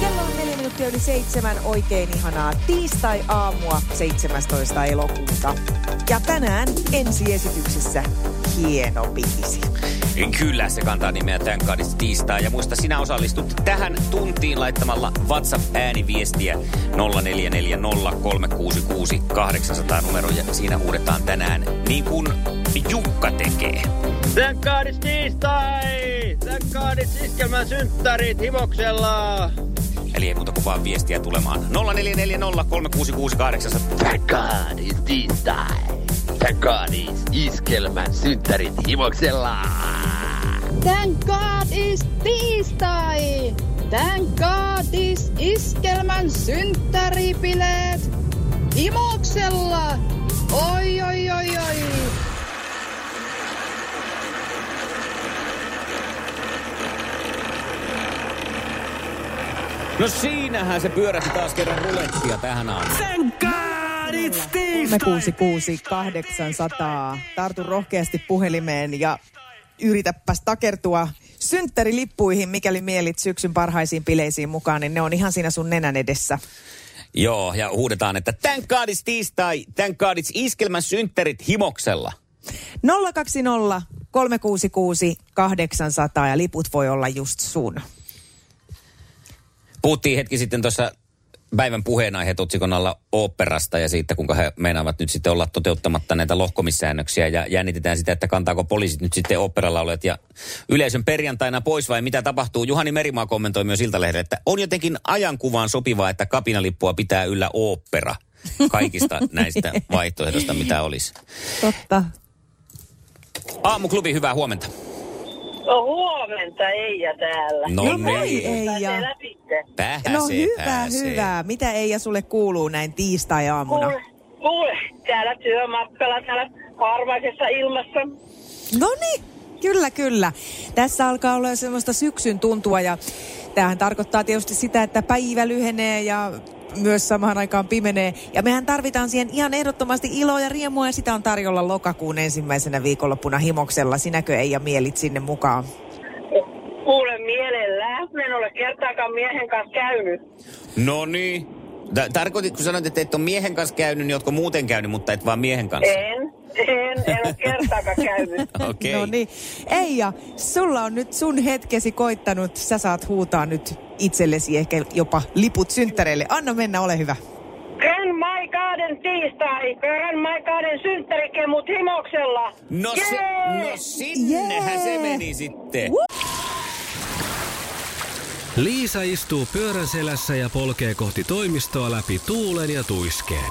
Kello on neljä minuuttia yli seitsemän. Oikein ihanaa tiistai-aamua 17. elokuuta. Ja tänään ensiesityksessä hieno biisi. Kyllä, se kantaa nimeä Tän kaadista tiistaa. Ja muista, sinä osallistut tähän tuntiin laittamalla WhatsApp-ääniviestiä 0440366800 numero. Ja siinä huudetaan tänään, niin kuin Jukka tekee. Tän kaadis tiistai! Tän kaadis iskelmän synttärit himoksella! Eli ei muuta kuin vaan viestiä tulemaan. 0440366800. Tän kaadis tiistai. Tän kaadis iskelmän synttärit himoksella. Thank God is tiistai! Thank God is iskelmän synttäripileet! Himoksella! Oi, oi, oi, oi! No siinähän se pyöräsi taas kerran rulettia tähän aamuun. Thank God it's 366 800. Tartu rohkeasti puhelimeen ja yritäpäs takertua synttärilippuihin, mikäli mielit syksyn parhaisiin bileisiin mukaan, niin ne on ihan siinä sun nenän edessä. Joo, ja huudetaan, että tän kaadis tiistai, tän kaadis iskelmän synttärit himoksella. 020 366 800 ja liput voi olla just sun. Puhuttiin hetki sitten tuossa päivän puheenaiheet otsikon alla oopperasta ja siitä, kuinka he meinaavat nyt sitten olla toteuttamatta näitä lohkomissäännöksiä ja jännitetään sitä, että kantaako poliisit nyt sitten oopperalaulajat ja yleisön perjantaina pois vai mitä tapahtuu. Juhani Merimaa kommentoi myös Iltalehdelle, että on jotenkin ajankuvaan sopivaa, että kapinalippua pitää yllä ooppera kaikista näistä vaihtoehdoista, mitä olisi. Totta. Aamuklubi, hyvää huomenta. No huomenta Eija täällä. No, No voi Eija. Pääsee läpitte. Pääsee, No hyvä, pääsee. hyvä. Mitä Eija sulle kuuluu näin tiistai-aamuna? Kuule, kuule, täällä työmatkalla, täällä harmaisessa ilmassa. No niin, kyllä, kyllä. Tässä alkaa olla jo semmoista syksyn tuntua ja tämähän tarkoittaa tietysti sitä, että päivä lyhenee ja myös samaan aikaan pimenee. Ja mehän tarvitaan siihen ihan ehdottomasti iloa ja riemua ja sitä on tarjolla lokakuun ensimmäisenä viikonloppuna himoksella. Sinäkö Eija mielit sinne mukaan? Kuule mielellään, mä en ole kertaakaan miehen kanssa käynyt. No niin. Tä- Tarkoititko, kun sanoit, että et ole miehen kanssa käynyt, niin ootko muuten käynyt, mutta et vaan miehen kanssa? En, en, en ole kertaakaan käynyt. Okei. No niin. Eija, sulla on nyt sun hetkesi koittanut. Sä saat huutaa nyt itsellesi ehkä jopa liput synttäreille. Anna mennä, ole hyvä. Grand My Garden tiistai, Grand My Garden synttärikemut himoksella. No, se, Jee! no sinnehän Jee! se meni sitten. Woo! Liisa istuu pyörän selässä ja polkee kohti toimistoa läpi tuulen ja tuiskeen.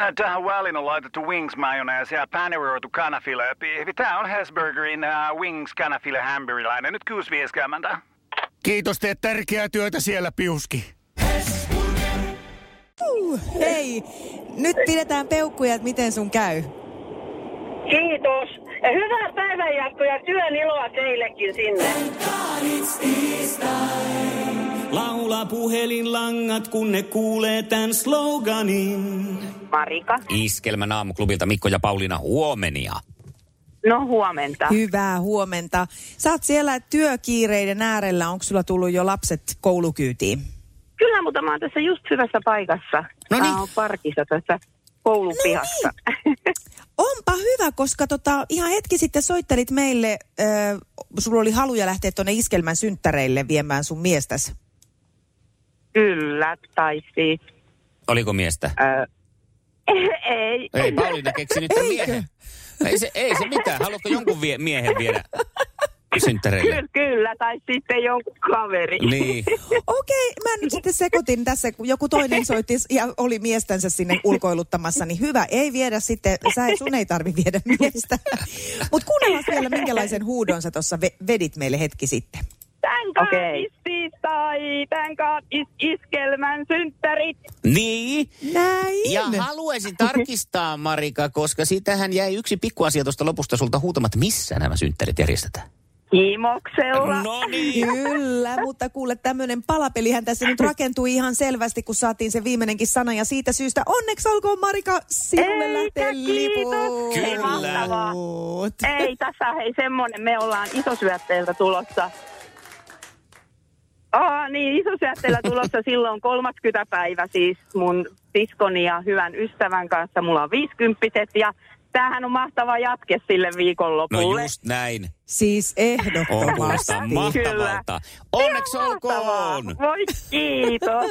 Äh, Tähän väliin on laitettu wings mayonnaise ja paneroitu kanafila. Tämä on Hesburgerin uh, wings kanafila hamburilainen. Nyt kuusi vieskäämäntä. Kiitos, teet tärkeää työtä siellä, Piuski. Hei, nyt pidetään peukkuja, että miten sun käy. Kiitos. Ja hyvää päivänjatkoa ja työn iloa teillekin sinne. Laula puhelinlangat, kun ne kuulee tämän sloganin. Marika. Iskelmän aamuklubilta Mikko ja Pauliina huomenia. No huomenta. Hyvää huomenta. Sä oot siellä työkiireiden äärellä. Onko sulla tullut jo lapset koulukyytiin? Kyllä, mutta mä oon tässä just hyvässä paikassa. No niin. No Mä oon parkissa tässä koulupihassa. Onpa hyvä, koska tota, ihan hetki sitten soittelit meille. Äh, sulla oli haluja lähteä tuonne iskelmän synttäreille viemään sun miestäs. Kyllä, tai siis... Oliko miestä? Ö, ei. Ei, Pauliina keksi nyt tämän miehen. Ei se, ei se mitään. Haluatko jonkun vie, miehen viedä synttäreille? Kyllä, kyllä, tai sitten jonkun kaveri. Niin. Okei, mä nyt sitten sekoitin tässä, kun joku toinen soitti ja oli miestänsä sinne ulkoiluttamassa, niin hyvä, ei viedä sitten, sä, ei- sun ei tarvi viedä miestä. Mutta kuunnellaan vielä, minkälaisen huudon sä tuossa ve- vedit meille hetki sitten. Tän God okay. is tiistai, tän God is iskelmän synttärit. Niin. Näin. Ja haluaisin tarkistaa, Marika, koska siitähän jäi yksi pikkuasia tuosta lopusta sulta huutamatta, missä nämä synttärit järjestetään. Himoksella. No niin. Kyllä, mutta kuule, tämmöinen palapelihän tässä nyt rakentui ihan selvästi, kun saatiin se viimeinenkin sana. Ja siitä syystä onneksi olkoon Marika, sinulle Eikä, lähtee kiitos. liput. Ei, Kyllä. mahtavaa. Ei tässä, hei semmonen, me ollaan isosyötteiltä tulossa. Aa, niin, isosyötteillä tulossa silloin 30 päivä siis mun siskoni ja hyvän ystävän kanssa. Mulla on viisikymppiset ja tämähän on mahtava jatke sille No viikonlopulle. just näin. Siis On ehdottomasti. kuulostaa mahtavalta. Onneksi olkoon. Voi kiitos.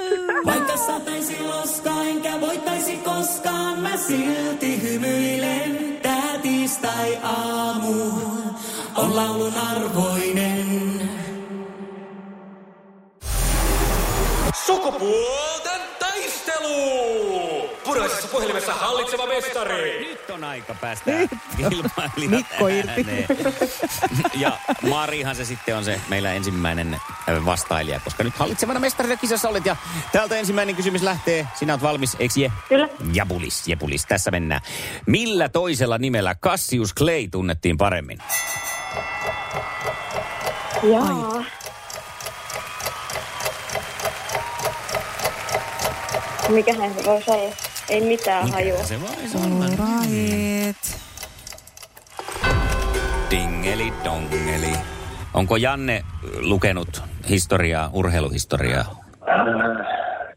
Vaikka sataisi loskaa, enkä voittaisi koskaan, mä silti hymyilen. Tää tiistai aamu on laulun arvoinen. Sukupuolten taistelu! Puraisessa puhelimessa hallitseva mestari. Nyt on aika päästä kilpailijat Mikko irti. ääneen. Ja Marihan se sitten on se meillä ensimmäinen äh, vastailija, koska nyt hallitsevana mestarina kisassa olet. Ja täältä ensimmäinen kysymys lähtee. Sinä oot valmis, eikö je? Kyllä. Jabulis, jabulis. Tässä mennään. Millä toisella nimellä Cassius Clay tunnettiin paremmin? Jaa. Mikähän se voisi olla? Ei mitään hajua. Se voisi Alright. Dingeli dongeli. Onko Janne lukenut historiaa, urheiluhistoriaa? Äh,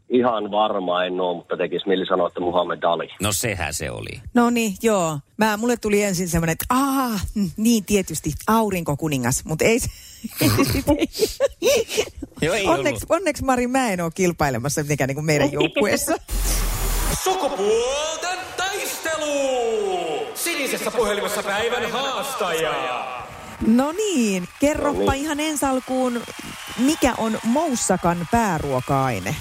ihan varma en ole, mutta tekis mieli sanoa, että Muhammed Ali. No sehän se oli. No niin, joo. Mä, mulle tuli ensin semmoinen, että aah, mm, niin tietysti, aurinkokuningas, mutta ei se... Joo, ei onneksi, onneksi Mari, mä en ole kilpailemassa mitenkään niin kuin meidän joukkueessa. Sukupuolten taistelu! Sinisessä puhelimessa päivän haastaja. No niin, kerropa No ihan ensi alkuun, mikä on moussakan pääruoka-aine?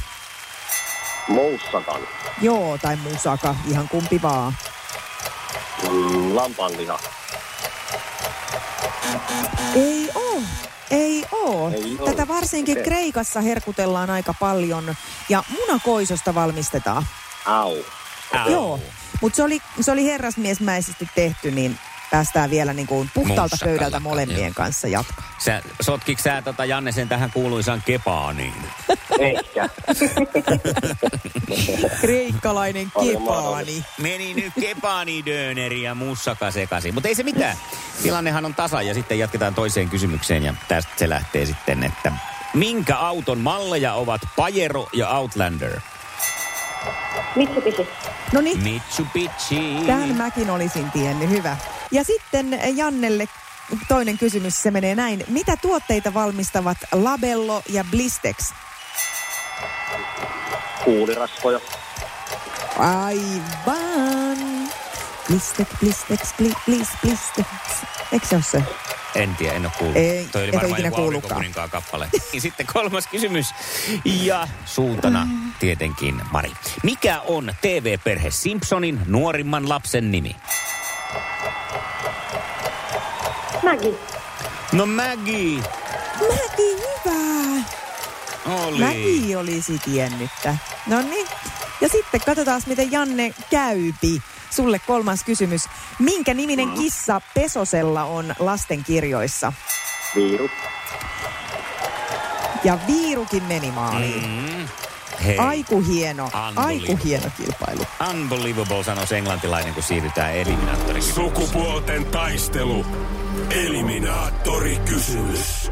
Moussakan. Joo, tai musaka, ihan kumpi vaan. Mm, lampanliha. Ei oo. Ei oo. Ei oo. Tätä varsinkin Okei. Kreikassa herkutellaan aika paljon ja munakoisosta valmistetaan. Au. Joo, mutta se oli, se oli herrasmiesmäisesti tehty, niin päästään vielä niin kuin puhtaalta Mussakalla, pöydältä molempien joo. kanssa jatkaa. Sä, sotkiko sä tota Janne sen tähän kuuluisaan niin? kepaaniin? Ehkä. Kreikkalainen kepaani. Meni nyt kepaani döneri ja mussaka sekaisin. Mutta ei se mitään. Tilannehan on tasa ja sitten jatketaan toiseen kysymykseen ja tästä se lähtee sitten, että minkä auton malleja ovat Pajero ja Outlander? Mitsubishi. No niin, Mitsubishi. tämän mäkin olisin tiennyt. Hyvä. Ja sitten Jannelle toinen kysymys, se menee näin. Mitä tuotteita valmistavat Labello ja Blistex? Kuulirasvoja. Aivan. Blistek, blistex, bli, blis, blistex. Eikö se ole se? En tiedä, en ole kuullut. Ei, Toi oli et ole varmaan ikinä joku kuullutkaan. Aurinkokuninkaan kappale. Ja sitten kolmas kysymys. Ja suuntana tietenkin Mari. Mikä on TV-perhe Simpsonin nuorimman lapsen nimi? Mäkin. No Maggie Mäki, hyvä. oli. Mäki olisi tiennyt. No niin. Ja sitten katsotaan, miten Janne käypi. Sulle kolmas kysymys. Minkä niminen kissa Pesosella on lastenkirjoissa? Viiru. Ja Viirukin meni maaliin. Mm. Hei. Aiku hieno, Unbelievable. aiku hieno kilpailu. Unbelievable, sanoisi englantilainen, kun siirrytään eliminaattorikin. Sukupuolten taistelu. Eliminaattori kysymys.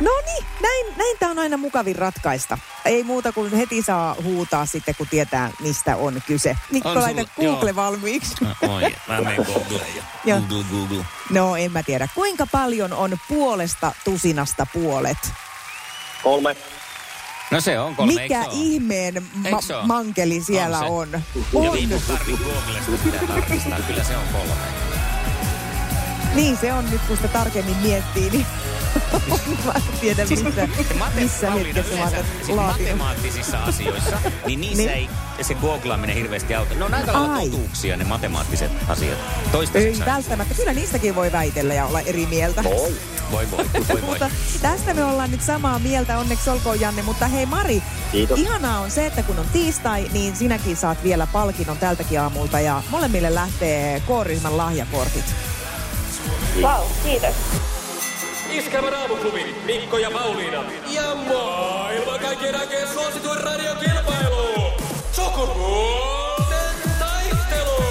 No niin, näin, näin tämä on aina mukavin ratkaista. Ei muuta kuin heti saa huutaa sitten, kun tietää, mistä on kyse. Mikko, On laita sulla- Google joo. valmiiksi. No, Oi, mä menen Googleen. Joo. ja- Google, Google. No, en mä tiedä. Kuinka paljon on puolesta tusinasta puolet? Kolme. No se on kolme, Mikä eikö se ole? ihmeen Eikö se ma- ole? mankeli siellä se. on? Ja On. viikon tarvii Googlesta pitää tarkistaa. Kyllä se on kolme. Niin se on nyt, kun sitä tarkemmin miettii, niin mä en tiedä Siis missä, mate- missä Pauliina, hetkessä mä yleensä, oon siis laatinut. matemaattisissa asioissa, niin niissä Niin. ei se googlaaminen hirveästi auta. Ne on aika lailla Ai. totuuksia ne matemaattiset asiat. Ei Toistaiseksi. ainakin. välttämättä. Kyllä niistäkin voi väitellä ja olla eri mieltä. Voi voi, voi voi. Mutta tästä me ollaan nyt samaa mieltä, onneksi olkoon Janne. Mutta hei Mari, Kiitos. ihanaa on se, että kun on tiistai, niin sinäkin saat vielä palkinnon tältäkin aamulta. Ja molemmille lähtee K-ryhmän lahjakortit. Vau, kiitos. Iskelmän aamuklubi, Mikko ja Pauliina. Ja maailman kaikkien aikeen suosituin radiokilpailu. Sukupuolten taistelu.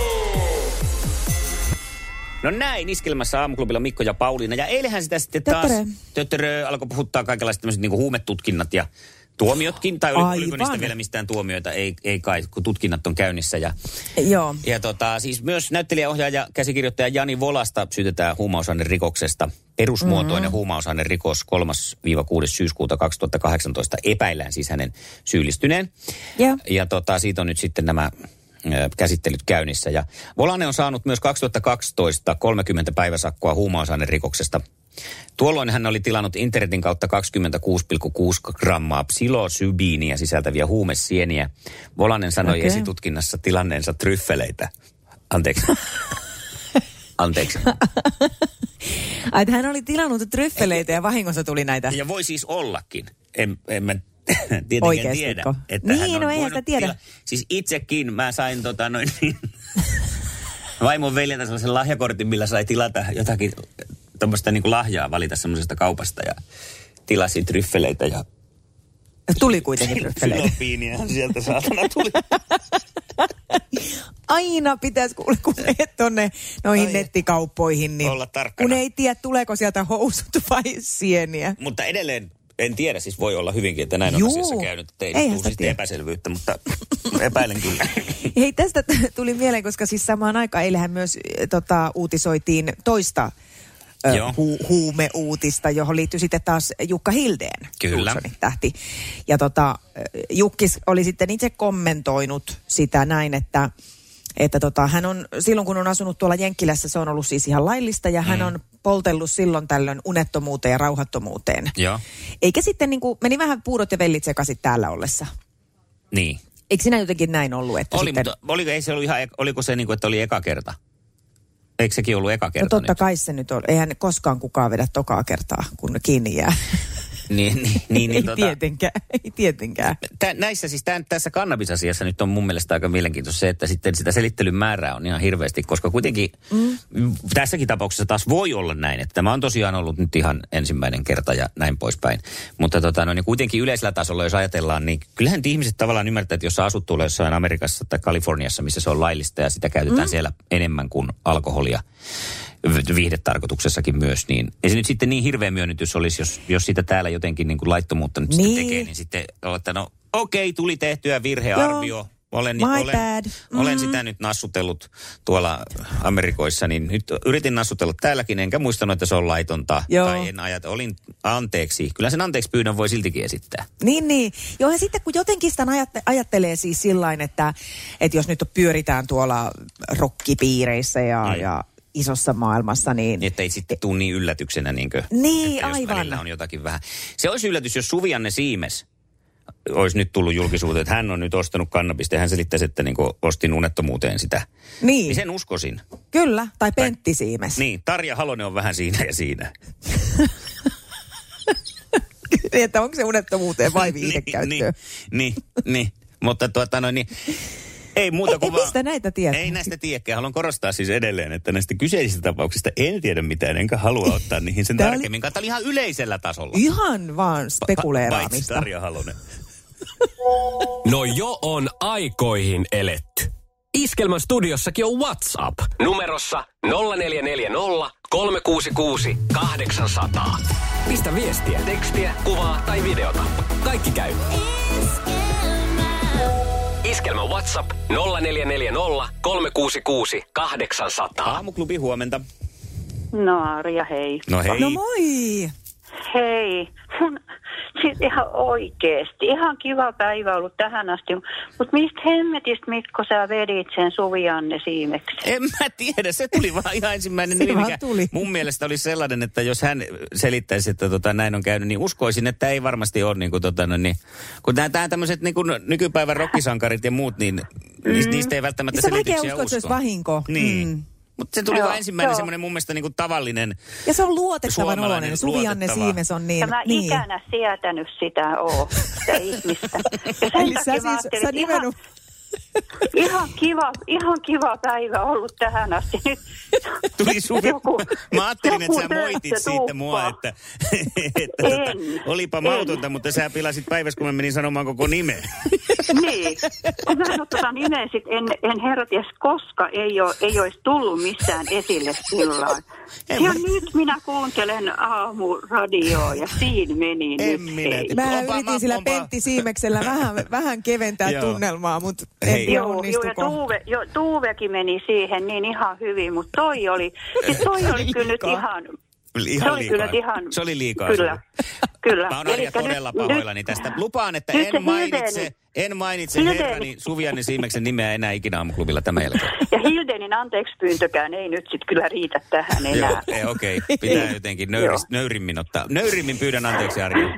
No näin, iskelmässä aamuklubilla Mikko ja Pauliina. Ja eilähän sitä sitten taas Tötterö. töttörö alkoi puhuttaa kaikenlaiset tämmöiset niinku huumetutkinnat ja tuomiotkin. Tai oli, oliko Aivan. niistä vielä mistään tuomioita? Ei, ei kai, kun tutkinnat on käynnissä. Ja, Joo. ja tota, siis myös näyttelijäohjaaja käsikirjoittaja Jani Volasta syytetään huumausainerikoksesta. Perusmuotoinen mm-hmm. huumausainerikos 3-6. syyskuuta 2018 epäillään siis hänen syyllistyneen. Joo. Ja tota, siitä on nyt sitten nämä ö, käsittelyt käynnissä. Ja Volanen on saanut myös 2012 30 päiväsakkoa huumausainerikoksesta. Tuolloin hän oli tilannut internetin kautta 26,6 grammaa psilosybiiniä sisältäviä huumesieniä. Volanen sanoi Okei. okay. esitutkinnassa tilanneensa tryffeleitä. Anteeksi. Anteeksi. Ai, että hän oli tilannut tryffeleitä ja vahingossa tuli näitä. Ja voi siis ollakin. En, en mä tietenkään Oikeesti, tiedä. Mikko? Että Niin, hän on no eihän voinut sitä tiedä. siis itsekin mä sain tota noin niin, vaimon veljeltä sellaisen lahjakortin, millä sai tilata jotakin tuommoista niin lahjaa valita semmoisesta kaupasta ja tilasin tryffeleitä ja Tuli kuitenkin tryffeleitä. filopiiniahan sieltä saatana tuli. Aina pitäisi kuule, kun menet tonne noihin nettikauppoihin, niin Olla tarkkana. kun ei tiedä, tuleeko sieltä housut vai sieniä. Mutta edelleen en tiedä, siis voi olla hyvinkin, että näin on Juu. asiassa käynyt. Että Ei Eihän tule sitä siis tiedä. epäselvyyttä, mutta epäilen kyllä. Hei, tästä t- tuli mieleen, koska siis samaan aikaan eilähän myös eh, tota, uutisoitiin toista ö, Joo. hu- huumeuutista, johon liittyy sitten taas Jukka Hildeen, Kyllä. Juusonin tähti. Ja tota, ö, Jukkis oli sitten itse kommentoinut sitä näin, että että tota, hän on, silloin kun on asunut tuolla Jenkkilässä, se on ollut siis ihan laillista, ja Mm. hän on poltellut silloin tällöin unettomuuteen ja rauhattomuuteen. Joo. Eikä sitten niin kuin, meni vähän puurot ja vellit sekaisin täällä ollessa. Niin. Eikö sinä jotenkin näin ollut? Että Oli, sitten... mutta oliko, ei se ollut ihan, oliko se niin kuin, että oli eka kerta? Eikö sekin ollut eka kerta? No totta nyt? kai se nyt on. Eihän koskaan kukaan vedä tokaa kertaa, kun kiinni jää. Niin, niin, niin, ei niin tota, tietenkään, ei tietenkään. tä, näissä siis tämän, tässä kannabisasiassa nyt on mun mielestä aika mielenkiintoista se, että sitten sitä selittelyn määrää on ihan hirveästi, koska kuitenkin mm. tässäkin tapauksessa taas voi olla näin, että tämä on tosiaan ollut nyt ihan ensimmäinen kerta ja näin poispäin. Mutta tota, no, niin kuitenkin yleisellä tasolla, jos ajatellaan, niin kyllähän nyt ihmiset tavallaan ymmärtää, että jos sä asut tuolla jossain Amerikassa tai Kaliforniassa, missä se on laillista ja sitä käytetään mm. siellä enemmän kuin alkoholia, vi- viihdetarkoituksessakin myös, niin ei se nyt sitten niin hirveä myönnytys olisi, jos, jos sitä täällä jotenkin niin kuin laittomuutta nyt niin. Niin. sitten tekee, niin sitten olla, että no okei, tuli tehtyä virhearvio. Joo. Olen, My olen, bad. olen Mm. sitä nyt nassutellut tuolla Amerikoissa, niin nyt yritin nassutella täälläkin, enkä muistanut, että se on laitonta. Joo. Tai en ajata, olin anteeksi. Kyllä sen anteeksi pyynnön voi siltikin esittää. Niin, niin. Joo, ja sitten kun jotenkin sitä ajatte- ajattelee siis sillain, että, että jos nyt pyöritään tuolla rokkipiireissä ja, Mm. mm. ja isossa maailmassa, niin... Niin, että ei sitten tule niin yllätyksenä, niinkö? Niin, että jos aivan. välillä on jotakin vähän. Se olisi yllätys, jos Suvianne Siimes olisi nyt tullut julkisuuteen, että hän on nyt ostanut kannabista ja hän selittäisi, että niin ostin unettomuuteen sitä. Niin, Niin sen uskoisin. kyllä. Tai Pentti Siimes. Niin, Tarja Halonen on vähän siinä ja siinä. että onko se unettomuuteen vai niin, viihdekäyttöön. niin, niin. Mutta tuota noin, niin, ei muuta kuin Ei- ei mistä näitä tietää? Ei näistä tiedäkään. Haluan korostaa siis edelleen, että näistä kyseisistä tapauksista en tiedä mitään, enkä halua ottaa niihin sen Tää oli- tarkemmin. Tämä oli ihan yleisellä tasolla. Ihan vaan Paitsi spekuleeraamista. Tarja Halonen. No jo on aikoihin eletty. Iskelmän studiossakin on WhatsApp. Numerossa 0440 366 800. Pistä viestiä, tekstiä, kuvaa tai videota. Kaikki käy. Iskelmä WhatsApp 0440 366 800. Aamuklubi huomenta. No Arja, hei. No hei. No moi! Hei, mun siis ihan oikeesti. Ihan kiva päivä ollut tähän asti. Mutta mistä hemmetistä, Mikko, sä vedit sen Suvianne siimeksi? En mä tiedä, se tuli vaan ihan ensimmäinen Se nimi, vaan mikä tuli. mun mielestä oli sellainen, että jos hän selittäisi, että tota, näin on käynyt, niin uskoisin, että ei varmasti ole. Niin kuin, tota, no, niin, kun nämä tämmöiset niin kuin nykypäivän rokkisankarit ja muut, niin mm. niistä, niistä ei välttämättä Niin Se on vaikea selityksiä uskoa, että se olisi usko. vahinko. Niin. Mm. Mutta se tuli Joo, vaan ensimmäinen joo. semmoinen mun mielestä niin kuin tavallinen. Ja se on luotettavan Suomalainen, oloinen. Suvianne luotettava. Siimes on niin. Ja mä niin. ikänä sietänyt sitä oo, sitä ihmistä. Ja sen Eli sä takia siis- mä ajattelin, sä että ihan, ihan, kiva, ihan kiva päivä ollut tähän asti. Nyt Tuli suvi. Joku- Mä ajattelin, että joku sä töissä moitit siitä tuuppaa. mua, että, että tota, olipa mautonta, mutta sä pilasit päivässä, kun mä menin sanomaan koko nimen. niin, kun mä en ole tota nimeä, sit en, en herra ties koska ei, oo, ei olisi tullut missään esille silloin. Ja nyt minä kuuntelen aamuradioa ja siinä meni en nyt. Minä. Mä yritin sillä Pentti Siimeksellä vähän, vähän keventää Joo. tunnelmaa, mutta en tiedä Joo, joo, ja onnistuko. Tuuve, jo, Tuuvekin meni siihen niin ihan hyvin, mutta toi oli, siis toi oli kyllä nyt ihan, Ihan se liikaa. oli kyllä nyt ihan, Se oli liikaa. Kyllä, kyllä. Mä oon Arja Elikkä nyt- todella nyt- pahoillani tästä. Lupaan, että nyt en se mainitse, Hildeni- en mainitse Hildeni- herrani Suvianne Siimeksen nimeä enää ikinä aamuklubilla tämän jälkeen. Ja Hildenin anteeksi pyyntökään ei nyt sitten kyllä riitä tähän Joo, enää. ei, okei. Okay. Pitää jotenkin nöyris, nöyrimmin ottaa. Nöyrimmin pyydän anteeksi, Arja.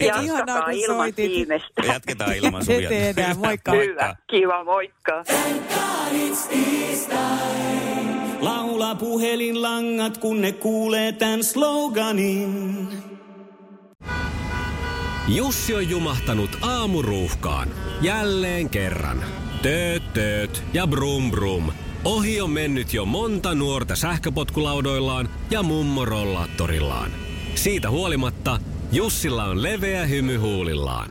Jatkakaa ilman tiimestä. Jatketaan ilman Suvianne. tehdään. Moikka. Hyvä, kiva, moikka. It's tiistai. Laula puhelinlangat, kun ne kuulee tämän sloganin. Jussi on jumahtanut aamuruuhkaan. Jälleen kerran. Tööt, tööt ja brum brum. Ohi on mennyt jo monta nuorta sähköpotkulaudoillaan ja mummorollaattorillaan. Siitä huolimatta Jussilla on leveä hymy huulillaan.